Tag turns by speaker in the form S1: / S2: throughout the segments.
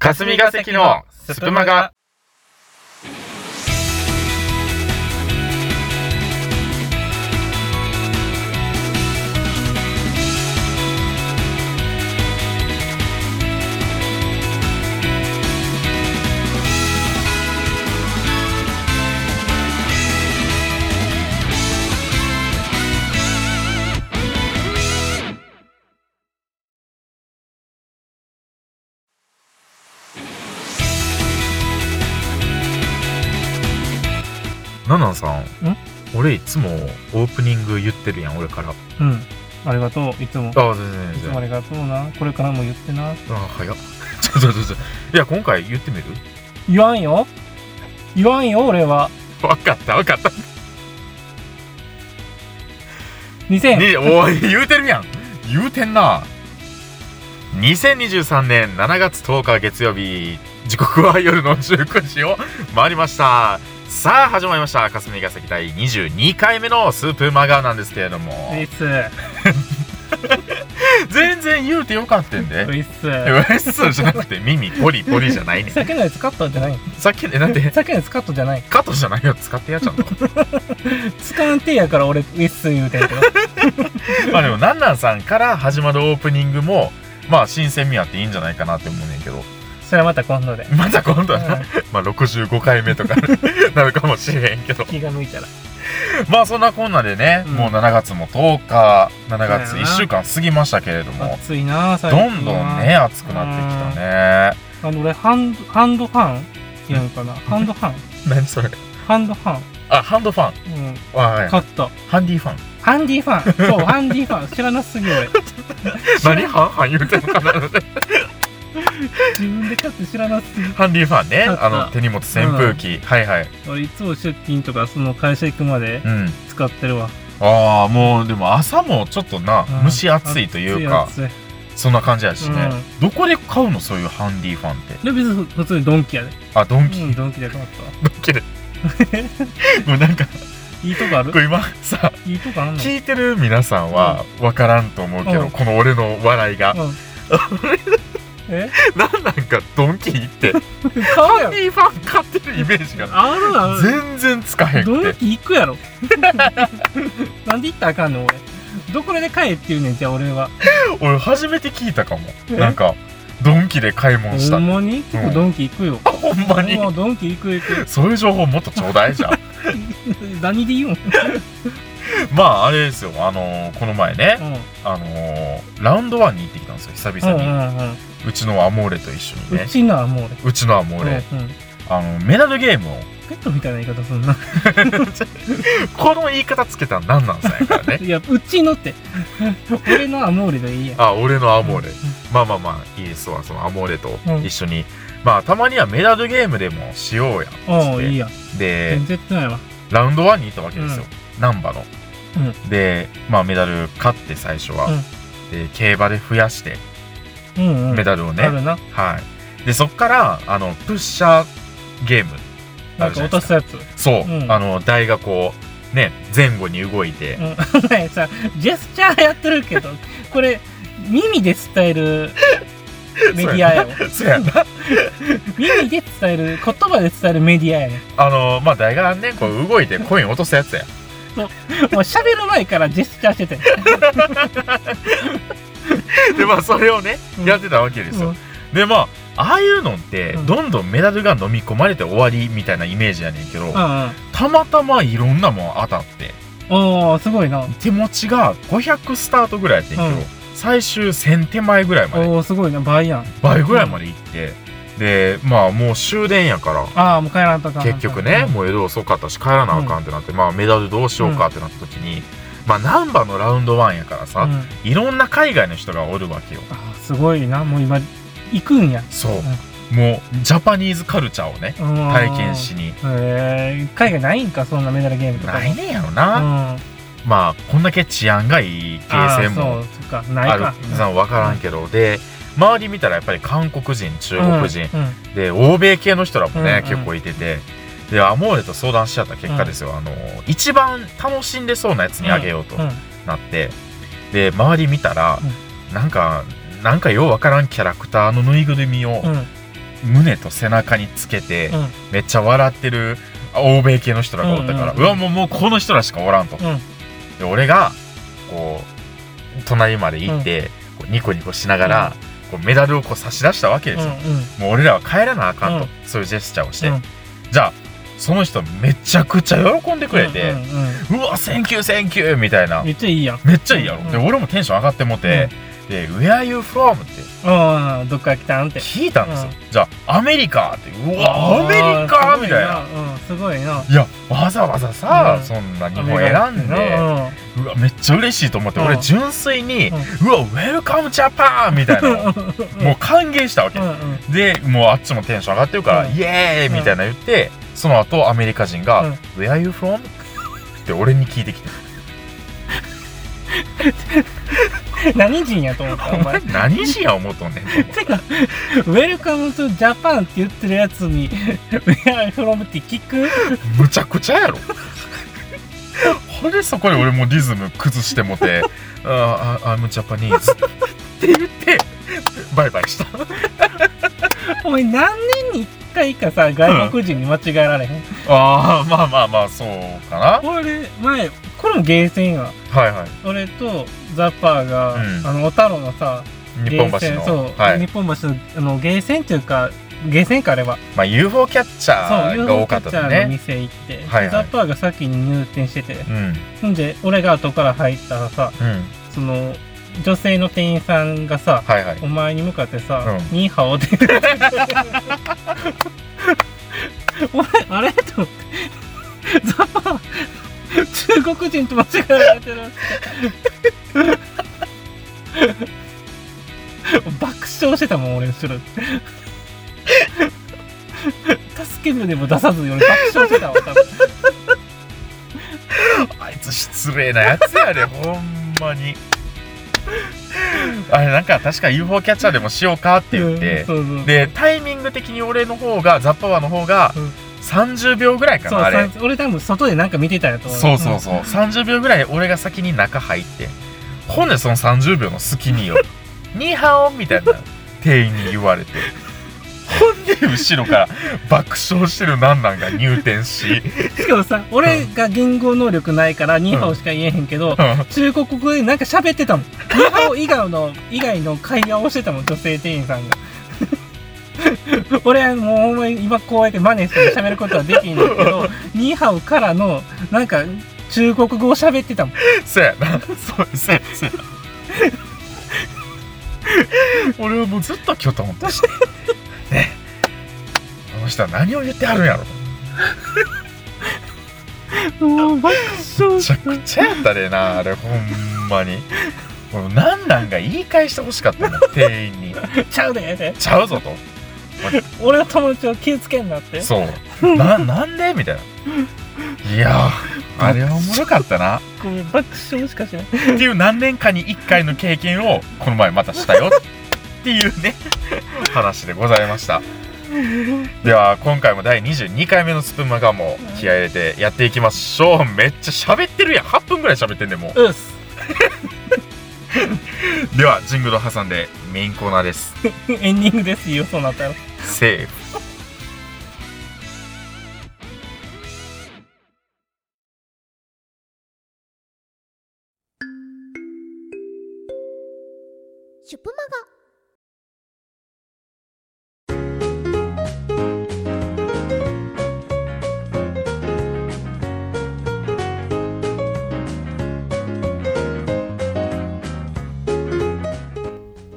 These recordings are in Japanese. S1: 霞が関のスプマガ。ナナさん俺いつもオープニング言ってるやん俺からあ
S2: うん。ありがとう。いつも。い
S1: あ全然全
S2: つ
S1: 然
S2: もありがとうな。これからも言ってな。
S1: あ早っ ちょちょちょちょいや今回言ってみる
S2: 言わんよ。言わんよ、俺は。
S1: わかったわかった
S2: 2000。
S1: におい言うてるやん言うてんな2023年7月10日月曜日時刻は夜の19時を回りましたさあ始まりました霞ヶ関第22回目のスープマガーなんですけれども
S2: ウィス。
S1: 全然言うてよかったん
S2: ウ
S1: で
S2: ィ
S1: ウ
S2: ス。
S1: ェッスじゃなくて耳ポリポリじゃないね
S2: さっきのやつカットじゃない。
S1: さっきねなんで
S2: さっきのやつカットじゃない。
S1: カットじゃないよ使ってやっちゃうの
S2: 使わんてやから俺、ウィス言うてんけど。
S1: まあでもなんなんさんから始まるオープニングもまあ新鮮味あっていいんじゃないかなって思うねんけど
S2: それはまた今度で。
S1: また今度はな
S2: う
S1: まあ、65回目とかなるかもしれへんけど
S2: ん気が向いたら。
S1: まあそんなこんなでね、
S2: うん
S1: もう7月も10日7月
S2: そうやな
S1: 1週間過ぎましたけれども
S2: 暑いな、
S1: ど
S2: 最近は
S1: んどんね。暑くなってきたね
S2: あの、俺、ハンド、ハンドファン言うんかな。ハンドファン。
S1: 何それ
S2: ハンドファン。
S1: あハンドファン
S2: うん。
S1: あはい
S2: カット。
S1: ハンディファン
S2: ハンディファン。そう、ハンディファン。知らなすぎ俺。
S1: 何ハンハン言うてんのかな
S2: 自分で買って知らなすぎ
S1: ハンディファンね
S2: あった
S1: あの手荷物扇風機、はいはい
S2: 俺いつも出勤とかその会社行くまで
S1: うん
S2: 使ってるわ、
S1: ああもうでも朝もちょっとな、
S2: うん
S1: 蒸し暑いというか
S2: 暑い暑
S1: そんな感じやしね、
S2: う
S1: どこで買うのそういうハンディファンって
S2: いで別に普通にドンキやで、
S1: あドンキ、
S2: うん、ドンキで買ったわ
S1: ドンキで もうなんか
S2: いいとこあ
S1: こ
S2: る
S1: れ今さ
S2: いいとこあんの
S1: 聞いてる皆さんは分からんと思うけど、
S2: うん
S1: この俺の笑いが、
S2: うんえ
S1: なんなんかドンキ行っ て
S2: 買うや
S1: ハン
S2: ろ
S1: ディファン買ってるイメージが
S2: あるある
S1: 全然つかへん
S2: ド
S1: く
S2: ン
S1: て
S2: キ行くやろなんで行ったらあかんの俺どこで買えって言うねんじゃあ俺は
S1: 俺初めて聞いたかも
S2: え
S1: なんかドンキで買い物し
S2: ほ
S1: た
S2: んまに結構ドンキ行くよ、
S1: あ ほんまに
S2: もうドンキ行く行く
S1: そういう情報もっとちょうだい じゃん
S2: 何で言うん、うん、
S1: まああれですよあのーこの前ね、あのーラウンドワンに行ってきたんですよ久
S2: うんう
S1: 々に、うん
S2: うん
S1: ちのアモーレと一緒に
S2: う
S1: ね
S2: ちのはもう
S1: うちのアモー
S2: 俺、
S1: レ、
S2: うんうん、
S1: あのメダルゲームを
S2: ペットみたいな言い方すんな
S1: この言い方つけたら何なんさんやからね
S2: いや、うちのって。俺のアモーレでいいや。
S1: あ俺のアモーレ、
S2: うん
S1: まあまあまあいいですわそのアモーレと一緒に、まあたまにはメダルゲームでもしようや
S2: お
S1: つっ
S2: う
S1: て
S2: いいや。
S1: で
S2: 全然やってないわ。
S1: ラウンドワンに行ったわけですよ、難波の、
S2: う
S1: でまあメダル勝って最初は、
S2: うん
S1: で競馬で増やして
S2: うんうん。
S1: メダルをね、
S2: あるな。
S1: はいでそっからあのプッシャーゲームあ
S2: なん
S1: るじ
S2: か
S1: ゃない
S2: 落
S1: で
S2: と
S1: す
S2: す
S1: か
S2: やつ。
S1: そう、
S2: うん
S1: あの台がこうね前後に動いて、
S2: うん。 お前さ、ジェスチャーやってるけど、これ、耳で伝 えるメディアやわ。
S1: そうやな
S2: 耳で伝える、言葉で伝えるメディアやねん。
S1: あのまあ台がねこう動いてコイン落とすやつや
S2: お前喋る前からジェスチャーしてて。
S1: でまあそれをね、
S2: うん
S1: やってたわけですよ、
S2: うん
S1: でまあああいうのって、
S2: うん
S1: どんどんメダルが飲み込まれて終わりみたいなイメージやねんけど、
S2: うんうん。
S1: たまたまいろんなもん当たって
S2: おー、すごいな。
S1: 手持ちが500スタートぐらいやってんけど、
S2: うん
S1: 最終1000手前ぐらいまで
S2: おー、すごいな。倍やん。
S1: 倍ぐらいまで行って、でまあもう終電やから
S2: あー、もう帰らんとあかん。
S1: 結局ね、もう江戸遅かったし帰らなあかんってなって、まあメダルどうしようかってなった時に、まあ難波のラウンドワンやから
S2: うん。
S1: さ、
S2: うん
S1: いろんな海外の人がおるわけよ
S2: あー、すごいな。もう今、行くんや。
S1: そう、もうジャパニーズカルチャーをね体
S2: 体
S1: 験しに
S2: へえ海外ないんかそんなメダルゲームとか
S1: ないねんやろ
S2: う
S1: な、
S2: ん
S1: まあこんだけ治安がいいケ
S2: あ
S1: ー
S2: ー
S1: スも
S2: そうそっかない
S1: ある
S2: か
S1: さ分からんけど、で周り見たらやっぱり韓国人中国人、
S2: うんうん
S1: で欧米系の人らもね、
S2: うんうん
S1: 結構いててでアモーレと相談し合った結果ですよ、あの一番楽しんでそうなやつにあげようと
S2: うん
S1: なって、で周り見たら、なんかなんかようわからんキャラクターのぬいぐるみを
S2: うん
S1: 胸と背中につけて、
S2: うん
S1: めっちゃ笑ってる欧米系の人らがおったから、うん
S2: ううんうん
S1: わもうもうこの人らしかおらんと、
S2: うん
S1: で俺がこう隣まで行って、こうニコニコしながら、こうメダルをこう差し出したわけで
S2: う
S1: す
S2: ん
S1: よ、もう俺らは帰らなあかんと、
S2: うん
S1: そういうジェスチャーをして、
S2: うん
S1: じゃあその人めちゃくちゃ喜んでくれて
S2: うんうんうん
S1: 「うわセンキューセンキュー」みたいな
S2: めっちゃいいやん
S1: めっちゃいいやろ、
S2: うん
S1: で俺もテンション上がってもて「で Where are you from?」って
S2: うんどっから来たんって
S1: 聞いたんですよ、
S2: う
S1: じゃあアメリカってう
S2: あ
S1: わ
S2: ー
S1: アメリカみたいな
S2: すごいなうんす
S1: いやわざわざさ、
S2: うん
S1: そんな日
S2: ご
S1: 本
S2: いな
S1: 選んでうわめっちゃ嬉しいと思って、
S2: うん
S1: 俺純粋に
S2: うん
S1: 「うわウェルカムジャパン!」みたいなのをもう歓迎したわけ、
S2: うんうんうん
S1: でもうあっちもテンション上がってるから「
S2: うん
S1: イエーイ!」みたいな言って、その後アメリカ人が
S2: うん
S1: 「Where are you from?」って俺に聞いてきて
S2: 何人やと思っ
S1: 「
S2: た
S1: お
S2: お
S1: 前
S2: 前
S1: 何人や思うとんねん」
S2: てか「ウェルカムトゥジャパン」って言ってるやつに「Where are you from?」って聞く
S1: むちゃくちゃやろほんでそこで俺もうリズム崩してもて 「ああ I'm Japanese」って言ってバイバイした
S2: お前何年に1回かさ外国人に間違えられへん、
S1: ああまあまあまあそうかな
S2: 俺前これもゲーセンや
S1: はいはい
S2: 俺とザッパーが、
S1: うん
S2: あのおたろのさ
S1: 日本橋
S2: ゲーセンそ
S1: の
S2: う、
S1: はい
S2: 日本橋のあのゲーセンっていうかゲーセンかあれば
S1: まあ UFO キャッチャ
S2: そう
S1: ーが
S2: UFO
S1: 多
S2: キ
S1: か
S2: ャ
S1: っ
S2: ッ
S1: た
S2: チャー
S1: で
S2: の
S1: ね
S2: 店行って、
S1: はいはい
S2: ザッパーが先に入店してて
S1: うん
S2: ほんで俺が後から入ったらさ
S1: うん
S2: その女性の店員さんがさ
S1: はいはい
S2: お前に向かってさ「
S1: う
S2: ニーハオ」ってお前あれと思ってザッパー中国人と間違えられてる爆笑してたもん俺後ろで助け舟も出さずに俺爆笑してたわ多分
S1: あいつ失礼なやつやで ほんまにあれなんか確か UFO キャッチャーでもしようかって言って、
S2: うんそうそう
S1: でタイミング的に俺の方がザッパワーの方が
S2: うん
S1: 30秒ぐらいかな、
S2: そう
S1: あれ
S2: さ俺多分外でなんか見てたやと思う
S1: そうそうそう、30秒ぐらい俺が先に中入ってほんでその30秒の隙に よ「ニーハオ」みたいな店員に言われてほんで後ろから爆笑してるなんなんが入店 し
S2: しかもさ俺が言語能力ないからニーハオしか言えへんけど、
S1: うん
S2: 中国語でなんか喋ってたもんニーハオ以外の以外の会話をしてたもん女性店員さんが 俺はもうほんまに今こうやって真似して喋ることはできんだけどニーハオからのなんか中国語を喋ってたもん
S1: そやな そうそうそう俺はもうずっとキョトンとしてねこの人は何を言ってはるんやろ
S2: もう爆笑
S1: めちゃくちゃやったでなあれほんまにもうなんなんが言い返してほしかったの店員に
S2: ちゃうでって
S1: ちゃうぞと
S2: 俺の友達を気をつけんなって
S1: そうななんでみたいないやーあれはおもろかったなっ
S2: ごめん爆笑しかしない
S1: ていう何年かに1回の経験をこの前またしたよっていうね話でございましたでは今回も第22回目のスプーンマガも気合い入れてやっていきましょうめっちゃ喋ってるやん8分ぐらい喋ってんでもう
S2: うっす
S1: ではジングルを挟んでメインコーナーです
S2: エンディングですよそうなったら
S1: セーフ
S3: シュプマ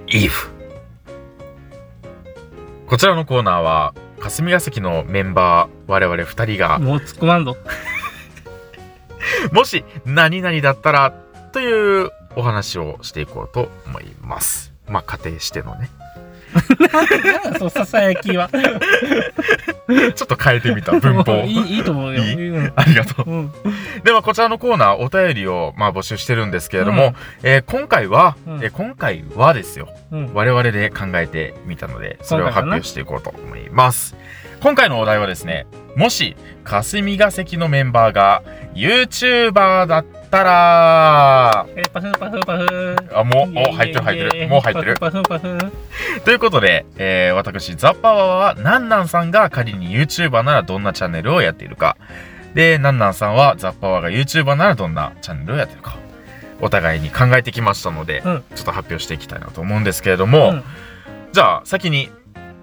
S1: イーフこちらのコーナーは霞が関のメンバー我々2人が
S2: もう突っ込まんぞ
S1: もし何々だったらというお話をしていこうと思いますまあ仮定してのね
S2: なんだそうささやきは
S1: ちょっと変えてみた文法
S2: いいいいと思うよ
S1: い
S2: うん
S1: ありがとう
S2: うん
S1: ではこちらのコーナーお便りをまあ募集してるんですけれども、えー今回は、
S2: うん
S1: えー今回はですよ
S2: うん
S1: 我々で考えてみたのでそれを発表していこうと思います今回のお題はですねもし霞が関のメンバーが YouTuber だったら
S2: えーパフパフパフ
S1: あもうお入ってる入ってるもう入ってる
S2: パフパフパフ
S1: ということで、えー私ザッパワはなんなんさんが仮に YouTuber ならどんなチャンネルをやっているかでなんなんさんはザッパワが YouTuber ならどんなチャンネルをやっているかお互いに考えてきましたので、
S2: うん
S1: ちょっと発表していきたいなと思うんですけれども、
S2: うん
S1: じゃあ先に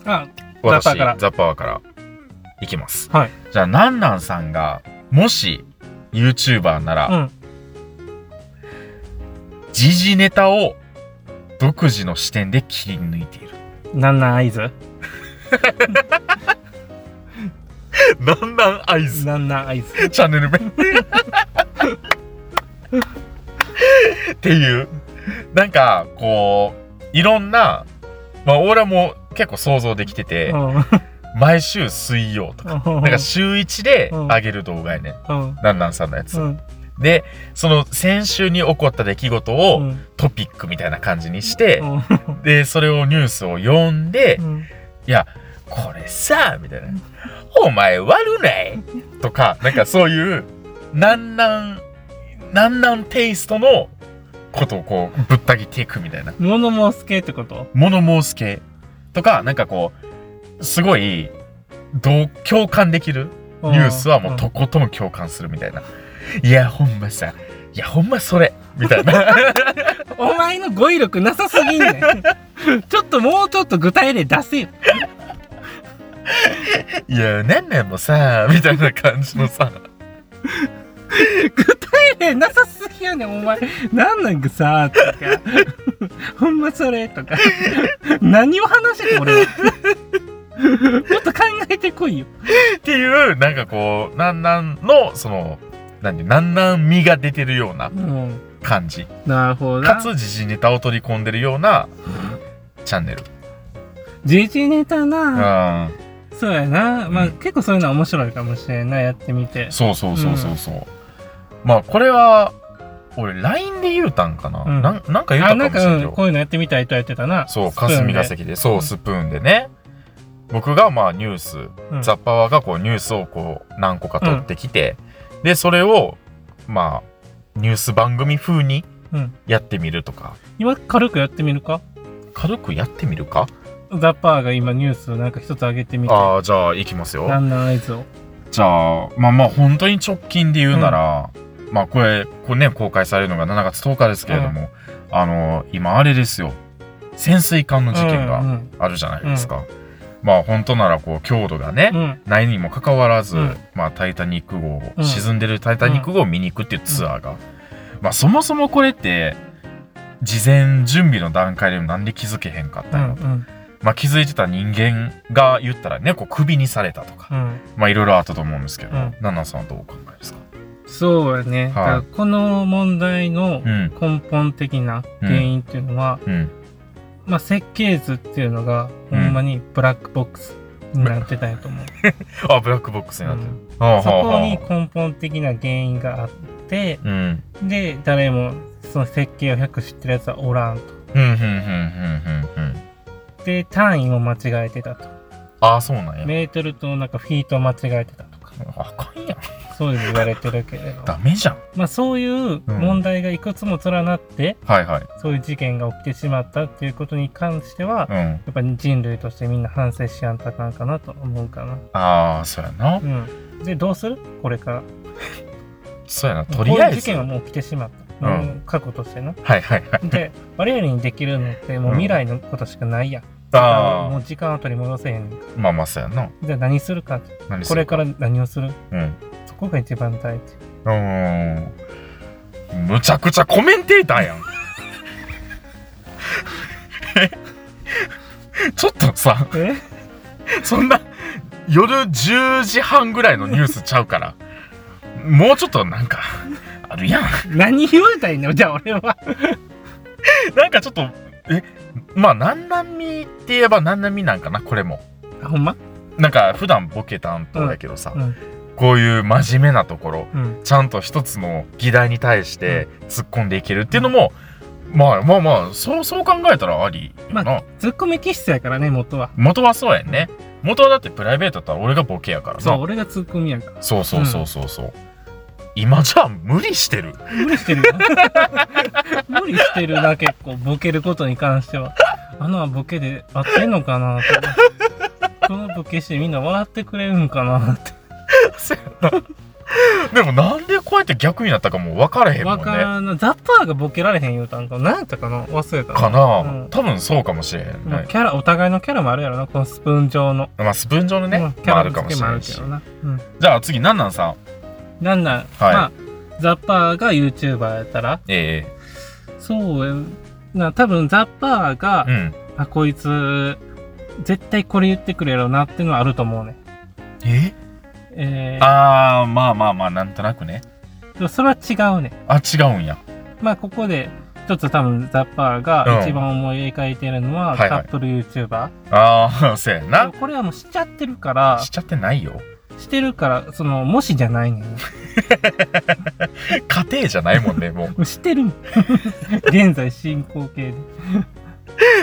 S2: あ
S1: 私
S2: ザ
S1: ザ
S2: ッパーから
S1: ッパワからいきます
S2: はい
S1: じゃあなんなんさんがもし YouTuber な
S2: う
S1: ら
S2: ん
S1: 時事ネタを独自の視点で切り抜いている
S2: なんなん合図
S1: なんなん合図
S2: なんなん合図
S1: チャンネル名っていうなんかこういろんなまあ俺はもう結構想像できてて、
S2: うん
S1: 毎週水曜とか、
S2: な
S1: なんか週1で
S2: うん
S1: 上げる動画やね、
S2: うん
S1: なんなんさんのやつ、
S2: うん
S1: でその先週に起こった出来事
S2: う
S1: を
S2: ん
S1: トピックみたいな感じにして、
S2: うん
S1: でそれをニュースを読んで、
S2: うん
S1: いやこれさみたいな「お前悪ない!」とかなんかそういうなんなんなんなんテイストのことをこうぶった切っていくみたいな
S2: 物申す系ってこと
S1: 物申す系とかなんかこうすごいどう共感できる
S2: うん
S1: ニュースはもうとことん共感するみたいな。いや、ほんまさ、いや、ほんまそれ、みたい な。
S2: うんお前の語彙力なさすぎんね んちょっともうちょっと具体例出せよ
S1: いや、なんなんもさ、みたいな感じのさ、
S2: 具体例なさすぎやねんお前なんなんかさとか ほんまそれとか 何を話してんの俺は もっと考えてこいよ
S1: っていう、なんかこう、なんなんの、その、なんで、なんなん味が出てるような
S2: うん
S1: 感じ。
S2: なるほど
S1: か
S2: な。
S1: つ、時事ネタを取り込んでるようなチャンネル。
S2: 時事ネタ
S1: う
S2: な、
S1: ん。
S2: そうやな。まあ、
S1: うん
S2: 結構そういうのは面白いかもしれんない。やってみて。
S1: そうそうそうそうそう。まあ、これは、俺、LINE で言うたんかな、
S2: うん
S1: なんなんか言うたかも
S2: あ、なん
S1: しれ
S2: か、
S1: んけ
S2: う
S1: ど
S2: ん、。こういうのやってみたいとやってたな。
S1: そう
S2: スプーンで
S1: 霞が。関でそうスプーンでね僕がまあニュース、
S2: うん
S1: ザッパワがこうニュースをこう何個か取ってきて、でそれをまあニュース番組風に
S2: うん
S1: やってみるとか
S2: 今、軽くやってみるか
S1: 軽くやってみるか
S2: ザッパーが今ニュースなんか一つ上げてみて。
S1: ああじゃあいきます
S2: ラ
S1: よ
S2: ンナー合図を。
S1: じゃあまあまあ本当に直近で言うなら、まあこれこれね公開されるのが7月10日ですけれども、あの今あれですよ潜水艦の事件
S2: うん
S1: があるじゃないですか、まあ本当ならこう強度がね、
S2: うん。うん
S1: ないにもかかわらず、
S2: うん
S1: まあ、タイタニック号、
S2: うん
S1: 沈んでるタイタニック号を見に行くっていうツアーが、まあ、そもそもこれって事前準備の段階でなんで気づけへんかっ
S2: う
S1: た
S2: ん。
S1: の、
S2: うん。
S1: まあ、気づいてた人間が言ったらねこうクビにされたとか、
S2: うん。
S1: まあ、いろいろあったと思うんですけど、
S2: う
S1: ナ
S2: ん
S1: ン、ナンさんはどうお考えですか、
S2: そうやね。だからこの問題の
S1: うん
S2: 根本的な原因っていうのは、
S1: うん、
S2: まあ、設計図っていうのが、ほんまにブラックボックスになってたんやと思う。
S1: あブラックボックスになってる、はあ
S2: そ
S1: はあ
S2: こに
S1: は
S2: 根本的な原因があって
S1: あうん
S2: で誰もその設計を100知ってるやつはおらんと
S1: ふんふんふんふんふんふん
S2: で単位も間違えてたと
S1: ああそうなんや、
S2: メートルとなんかフィートを間違えてたとか
S1: あかんやん
S2: そういうの言われてるけれど
S1: ダメじゃん
S2: まあそういう問題がいくつも連なって、
S1: はいはい
S2: そういう事件が起きてしまったっていうことに関しては、
S1: う
S2: や
S1: ん
S2: っぱり人類としてみんな反省しやんとあかんかなと思うかな
S1: ああそうやな、
S2: うんでどうするこれから
S1: そうやなとりあ
S2: こういう
S1: え
S2: 事
S1: ず
S2: 件はもう起きてしまった、
S1: うん
S2: うん、過去としてな
S1: はいはいはい。
S2: で、我々にできるのってもう未来のことしかないやん。も
S1: あ
S2: う時間を取り戻せへんねん。
S1: あ、まあまあそうやな。
S2: じゃあ何するかって
S1: 何す
S2: これ
S1: る
S2: から何をする
S1: うん。
S2: そこが一番大事。
S1: うーん。むちゃくちゃコメンテーターやん。 えちょっとさ、
S2: え
S1: そんな夜10時半ぐらいのニュースちゃうから、もうちょっとなんか、あるやん。
S2: 何言われたらいいのじゃあ俺は。
S1: なんかちょっと、え、まあ、南波って言えば南波なんかな、これも。
S2: あ、ほんま
S1: なんか普段ボケ担当やけどさ、
S2: うん
S1: こういう真面目なところ、
S2: うん。
S1: ちゃんと一つの議題に対して突っ込んでいけるっていうのも、まあまあまあそうそう考えたらありよな、
S2: まあツッコミ気質やからね、元は。
S1: 元はそうやんね元はだってプライベートだったら俺がボケやからな
S2: そう俺がツッコミやから
S1: そうそうそうそうそう、今じゃあ無理して る
S2: 無理してるよ無理してるな結構ボケることに関してはあのはボケで合ってんのかな とこのボケしてみんな笑ってくれるんかなって
S1: でもなんでこうやって逆になったかもう分からへんもん
S2: わ
S1: ね
S2: からんなザッパーがボケられへん言うたんかな何やったかな忘れたな
S1: かな、
S2: うん
S1: 多分そうかもしれへん
S2: まあ
S1: ね、
S2: キャラお互いのキャラもあるやろなこのスプーン状の、
S1: まあスプーン状のね、
S2: うんキ
S1: まあ、あ
S2: ャラ
S1: るか
S2: の
S1: も
S2: 付け
S1: し
S2: も
S1: れな
S2: ある
S1: い
S2: け
S1: し
S2: どな、うん、
S1: じゃあ次なんなんさん
S2: なんなん、まあザッパーが YouTuber やったら
S1: え
S2: そうやな多分ザッパーが
S1: え、うん
S2: あこいつ絶対これ言ってくれるなっていうのはあると思うね
S1: え
S2: えー
S1: ああまあまあまあなんとなくね
S2: でもそれは違うね
S1: あ違うんや
S2: まあここで一つ多分ザッパー
S1: う
S2: が
S1: ん
S2: 一番思い描いてるの
S1: は
S2: は、
S1: いはい
S2: カップル YouTuber、
S1: ああ そうやな
S2: これはもうしちゃってるから
S1: しちゃってないよ
S2: してるからそのもしじゃないねん
S1: 家庭じゃないも んねもう
S2: してる現在進行形で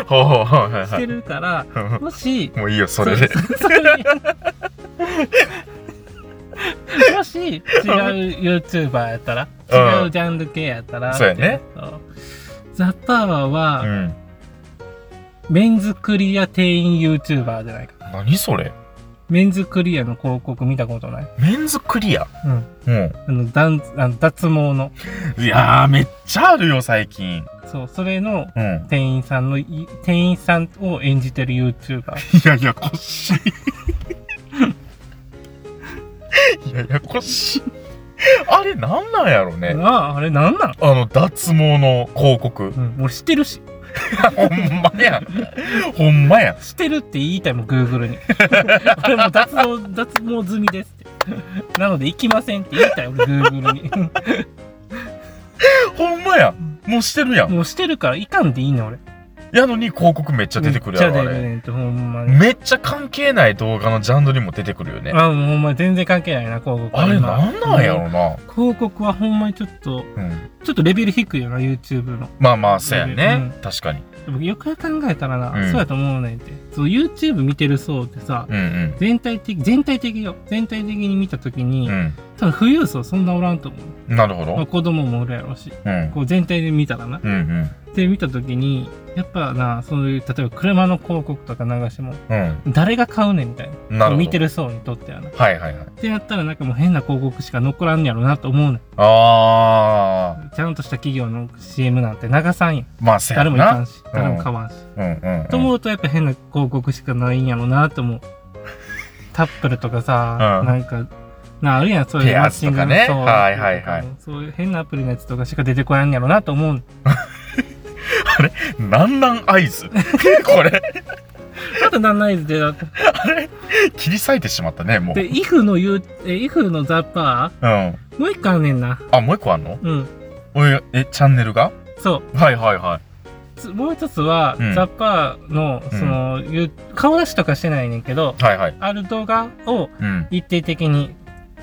S1: ほうほうほうはい
S2: し
S1: は
S2: て
S1: い
S2: るからもし
S1: もういいよそれで
S2: そそれ にもし違う YouTuber やったら
S1: うん
S2: 違うジャンル系やったら
S1: そうやね
S2: そうザッパー
S1: う
S2: は、
S1: ん
S2: メンズクリア店員 YouTuber じゃないか
S1: 何それ
S2: メンズクリアの広告見たことない
S1: メンズクリア
S2: うん
S1: うん
S2: あのだんあの脱毛の
S1: いやーめっちゃあるよ最近
S2: そうそれの
S1: うん
S2: 店員さんのい店員さんを演じてる YouTuber
S1: いやいやこし いいやいやこしいあれなんなんやろね
S2: あああれなんなん、
S1: あの脱毛の広告
S2: うん、俺してるし
S1: ほんまやほんまや
S2: してるって言いたいもん、グーグ ルに。俺もう脱毛、脱毛済みですって。なので行きませんって言いたい、俺、グーグルに。
S1: ほんまやもうしてるやん
S2: もうしてるから行かんでいいの、俺。
S1: やのに広告めっちゃ出てくるやろあ
S2: めっちゃ出る
S1: れ
S2: ねんって、ほんまに。
S1: めっちゃ関係ない動画のジャンルにも出てくるよね
S2: あ、もうほんまに全然関係ないな、広告は
S1: あれ
S2: 今
S1: なんなんやろな
S2: 広告はほんまにちょっと、
S1: うん
S2: ちょっとレベル低いよな、YouTube の。
S1: まあまあそうやね
S2: う
S1: 確かに
S2: でもよくよく考えたらな、
S1: うん
S2: そうやと思うねんって。そう、YouTube 見てる層ってさ、
S1: うん
S2: 全体的、全体的よ。全体的に見たときに、
S1: うん
S2: 多分富裕層そんなおらんと思う。
S1: うんなるほ
S2: まあ、
S1: ど
S2: 子供もおるやろうし、
S1: うん
S2: こう全体で見たらな。
S1: うんうん
S2: で見た時にやっぱなそういう例えば車の広告とか流しても
S1: うん
S2: 誰が買うねんみたいな
S1: なるほど
S2: 見てる層にとってはなっ
S1: はいはいはい
S2: てやったらなんかもう変な広告しか残らんやろなと思うね
S1: ああ
S2: んちゃんとした企業の CM なんて流さんやん
S1: まあそうや
S2: 誰もいか
S1: なん
S2: し誰も買わんし、
S1: うんうんうん
S2: と思うとやっぱ変な広告しかないんやろなと思うタップルとかさ、
S1: うん
S2: なんかなあるやんそういう
S1: ペアーズとかね
S2: マッチングのそう
S1: はいはいはい
S2: そういう変なアプリのやつとかしか出てこやんやろなと思う
S1: なんなん合図 これ
S2: あとなんないでだって
S1: 切り裂いてしまったねもう
S2: で、イフの言う、え、イフのザッパ
S1: うん
S2: ーもう一個あんねんな。
S1: あもう一個あんの
S2: うん。
S1: おいえチャンネルが
S2: そ
S1: はいはいは
S2: う。つもう一つは、
S1: うん
S2: ザッパーの、その、ゆ顔出しとかしてないねんけど、
S1: いはいはい
S2: ある動画を
S1: うん
S2: 一定的に、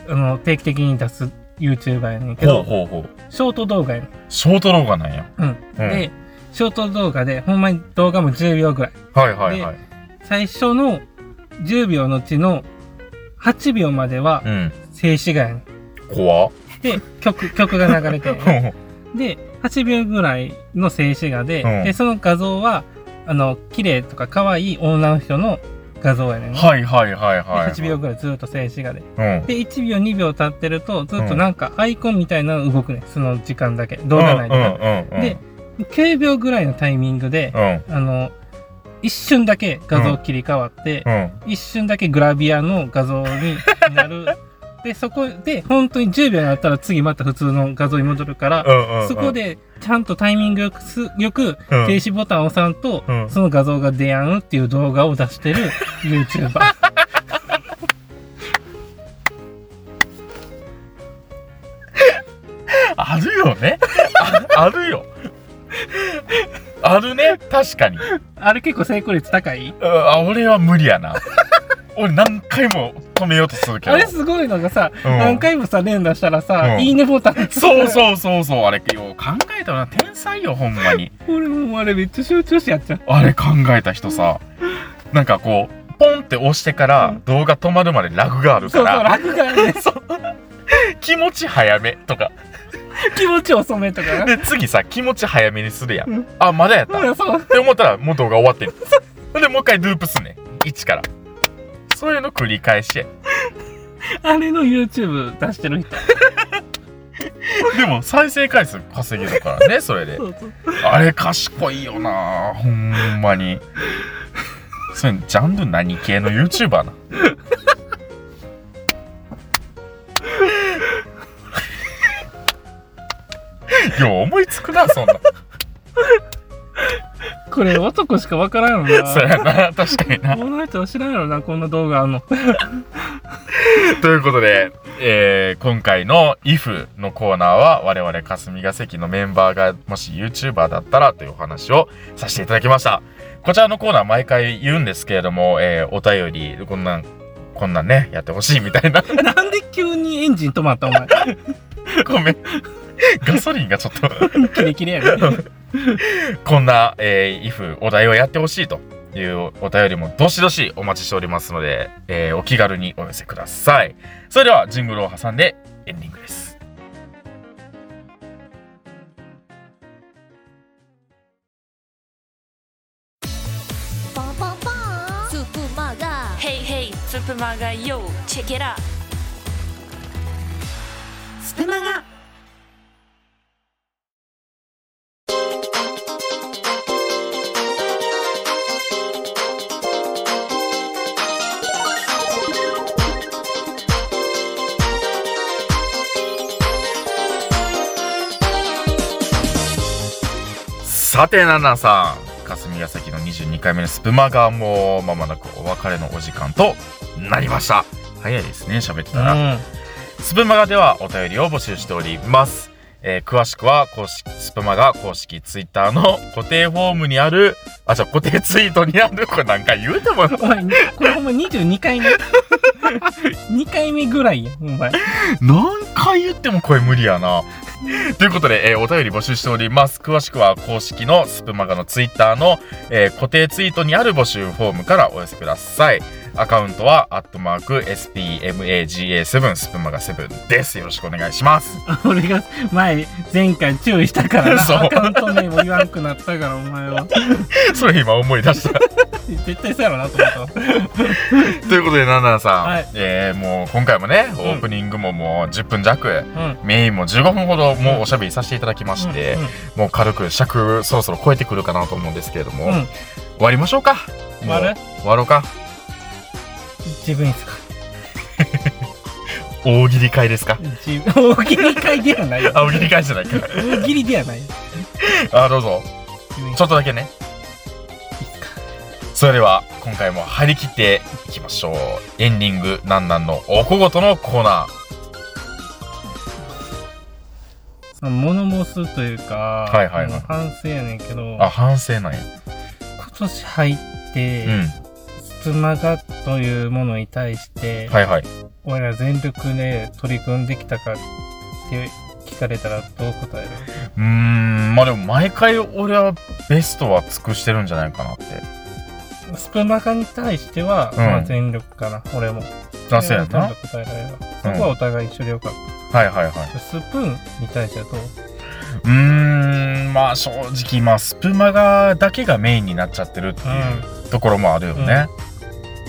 S2: あの、定期的に出す YouTuber やねんけ
S1: ほう
S2: ど、
S1: ほうほう
S2: ショート動画やねん。
S1: ショート動画なんや
S2: うん。
S1: うん
S2: で、ショート動画で、ほんまに動画も10秒ぐらい。
S1: はいはいはい
S2: 最初の10秒のうちの8秒までは
S1: うん
S2: 静止画やね
S1: 怖っ
S2: ん。で、 曲、曲が流れてんねん
S1: ほうほう
S2: で、8秒ぐらいの静止画で、
S1: うん
S2: で、その画像は、あの、綺麗とか可愛い女の人の画像やねんね。
S1: はいはいはいはい
S2: で8秒ぐらいずっと静止画で。
S1: うん
S2: で、1秒、2秒経ってると、ずっとなんかアイコンみたいなの動くねん。その時間だけ。動画内
S1: うん
S2: で。
S1: うんうん
S2: で、9秒ぐらいのタイミングで、
S1: うん
S2: あの、一瞬だけ画像切り替わって、
S1: うん
S2: 一瞬だけグラビアの画像になる。 で、そこで、本当に10秒になったら次また普通の画像に戻るから、
S1: うんうん
S2: そこでちゃんとタイミングよくすよく
S1: うん
S2: 停止ボタンを押さんと、
S1: うん
S2: その画像が出やんっていう動画を出してる YouTuber。
S1: あるよねああるよあるね確かにうん
S2: あれ結構成功率高い
S1: あ俺は無理やな俺何回も止めようとするけ
S2: あ
S1: ど
S2: れすごいのがさ、
S1: うん
S2: 何回もさ連打したらさ、
S1: うん
S2: いいねボタン
S1: そう そうそうそうあれよう考えたら天才よほんまに
S2: 俺もうあれめっちゃ集中してやっちゃう
S1: あれ考えた人さなんかこうポンって押してから動画止まるまでラグがある
S2: そ
S1: か
S2: うそう
S1: ら
S2: 楽がね
S1: 気持ち早めとか
S2: 気持ち遅めとかな
S1: で次さ気持ち早めにするや
S2: うんん
S1: あまだやった
S2: うんそ
S1: っ
S2: う
S1: て思ったらもう動画終わって るほんでもう一回ループすんねん1からそういうの繰り返 しや
S2: あれの YouTube 出してる人
S1: でも再生回数稼げるからねそれで
S2: そうそう
S1: あれ賢いよなほんまにそれジャンル何系の YouTuber なよう思いつくなそんな
S2: これ男しかわからんよ
S1: そ
S2: な
S1: やな確かにな
S2: この人は知らんやろなこんな動画あんの
S1: ということで、えー今回の「IF」のコーナーは我々霞が関のメンバーがもし YouTuber だったらというお話をさせていただきましたこちらのコーナー毎回言うんですけれども、えーお便りこんなんこんなんねやってほしいみたいな
S2: なんで急にエンジン止まったお前
S1: ごめんガソリンがちょっと
S2: キレキレやね
S1: こんな、えー、if お題をやってほしいというお便りもどしどしお待ちしておりますので、えーお気軽にお寄せください。それではジングルを挟んでエンディングです。
S3: パパパースープマガ
S4: Hey hey, スプマガ Yo, check it out.
S3: スプマガ
S1: さて、ナンナンさん、霞ヶ関の22回目のスプマガもまもなくお別れのお時間となりました。早いですね、喋ってたら。スプマガではお便りを募集しております。えー詳しくは公式、スプマガ公式ツイッターの固定フォームにある、あ、じゃあ固定ツイートにある、これなんか言うてもな
S2: お前これほんま22回 目2回目ぐらいやお前
S1: 何回言ってもこれ無理やな。 ということで、えーお便り募集しております。詳しくは公式のスプマガのツイッターの、えー固定ツイートにある募集フォームからお寄せください。アカウントは、アットマーク、spmaga7、スプマガ7です。よろしくお願いします。
S2: 俺が前前回注意したから
S1: そう
S2: なアカウント名も言わんくなったからお前は
S1: それ今思い出 した。
S2: 絶対そうやろなと思った
S1: ということで、ナンナンさん、
S2: はい
S1: えーもう今回もね、オ
S2: ん
S1: ープニングももう10分弱、
S2: うん
S1: メインも15分ほどもうおしゃべりさせていただきまして、
S2: うん
S1: もう軽く尺そろそろ超えてくるかなと思うんですけれども、
S2: うん
S1: 終わりましょうか
S2: 終わる
S1: もう終わろうか
S2: 自分いつか
S1: 大喜利会ですか
S2: 自分大喜利会ではないよ
S1: あ大喜利会じゃないか
S2: 大喜利ではないよ
S1: あどうぞ
S2: 自分いつ
S1: ち
S2: か
S1: ょっとだけねそれでは今回も張り切っていきましょうエンディングなんなんのおこごとのコーナ
S2: 物申すというか、
S1: はいはいはい
S2: あの反省やねんけど
S1: ーあ反省なんや
S2: 今年入って、
S1: う
S2: スプマガというものに対して、
S1: んはいはい
S2: 俺ら全力で取り組んできたかって聞かれたらどう答える
S1: うーんまあでも毎回俺はベストは尽くしてるんじゃないかなって
S2: スプマガに対しては、
S1: ん
S2: まあ全力かな俺も
S1: あそうやな
S2: 全力答えられるそこはお互い一緒でよかっ
S1: はいはいはい
S2: た、スプーンに対してはどう
S1: うーんまあ正直まあスプマガだけがメインになっちゃってるっていうところもあるよね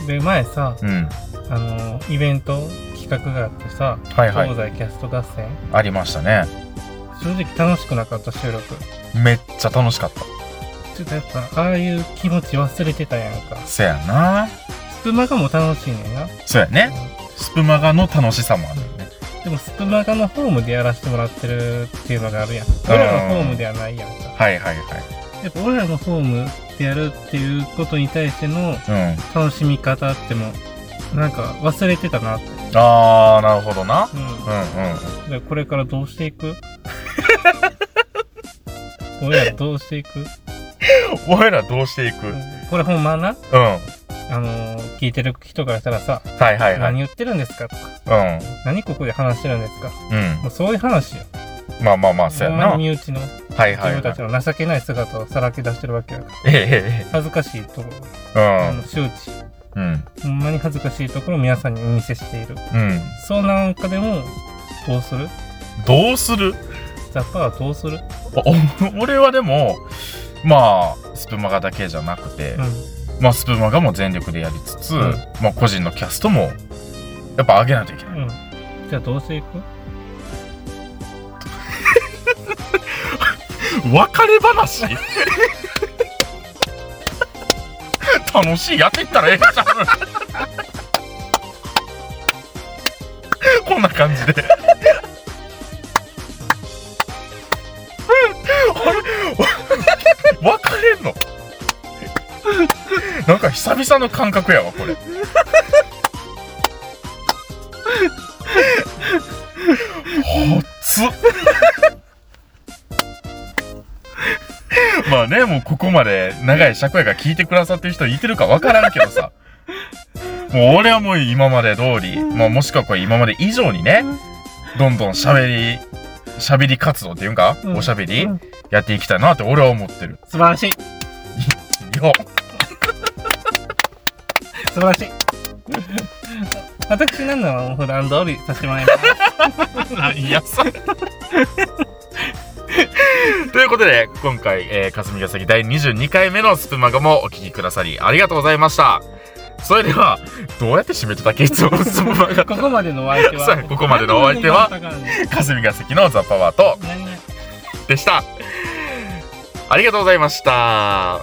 S2: で前さ
S1: うん、
S2: あのイベント企画があってさ
S1: はいはい
S2: 東西キャスト合戦、
S1: ありましたね
S2: 正直楽しくなかった収録
S1: めっちゃ楽しかった
S2: ちょっとやっぱああいう気持ち忘れてたやんか
S1: せやな
S2: スプマガも楽しいねんな
S1: そうやねスプマガの楽しさもあるよね
S2: でもスプマガのホームでやらせてもらってるっていうのがあるやん俺らのホームではないやんか
S1: はいはい
S2: やっぱ俺らのホームでやるっていうことに対しての
S1: はいうん
S2: 楽しみ方ってもなんか忘れてたなって
S1: あーなるほどな
S2: うん
S1: うんうん
S2: でこれからどうしていく 俺らどうしていく、
S1: 俺らどうしていくう
S2: うんんこれほんまな
S1: は
S2: あのー聞いてる人からしたらさ、
S1: いはいはい
S2: 何言ってるんですかとか
S1: う
S2: 何ここで話してるんですか
S1: ん
S2: もうそういう話よ
S1: うんまあまあまあそうやなは
S2: ほんまに
S1: い
S2: 身内の
S1: はい
S2: 自分
S1: は
S2: た
S1: い
S2: ちの情けない姿をさらけ出してるわけやから
S1: えええ
S2: 恥ずかしいとこ、
S1: ええ
S2: あ
S1: え
S2: の周知
S1: うん
S2: ほんまに恥ずかしいところを皆さんにお見せしている
S1: うん
S2: そうなんかでもどうする
S1: どうする
S2: ザッパはどうする
S1: お 俺はでもまあスプマガだけじゃなくて、
S2: う
S1: まあスプマガも全力でやりつつ、
S2: うん
S1: まあ個人のキャストもやっぱ上げないといけない
S2: んうんじゃあどうしていく
S1: 別れ話楽しいやっていったらええじゃん こんな感じであれわ別れんの なんか久々の感覚やわこれほっつまあねもうここまで長い尺やから聞いてくださってる人いてるか分からんけどさもう俺はもう今まで通り、まあ、もしくはこれ今まで以上にねどんどん喋り喋り活動っていうんか、
S2: うん
S1: おしゃべり、
S2: うん
S1: やっていきたいなって俺は思ってる
S2: 素晴らしい
S1: よ
S2: 素晴らしい 私なんなら普段通りさせてもらいます
S1: いやさ ということで今回、えー、霞ヶ崎第22回目のスプマガもお聞きくださりありがとうございましたそれではどうやって締めてたっけいつもスプマ ガ
S2: ここまでのお相手
S1: そう
S2: は
S1: やここまでのお相手 は霞ヶ関のザ・パワーと
S2: 何々
S1: でしたありがとうございました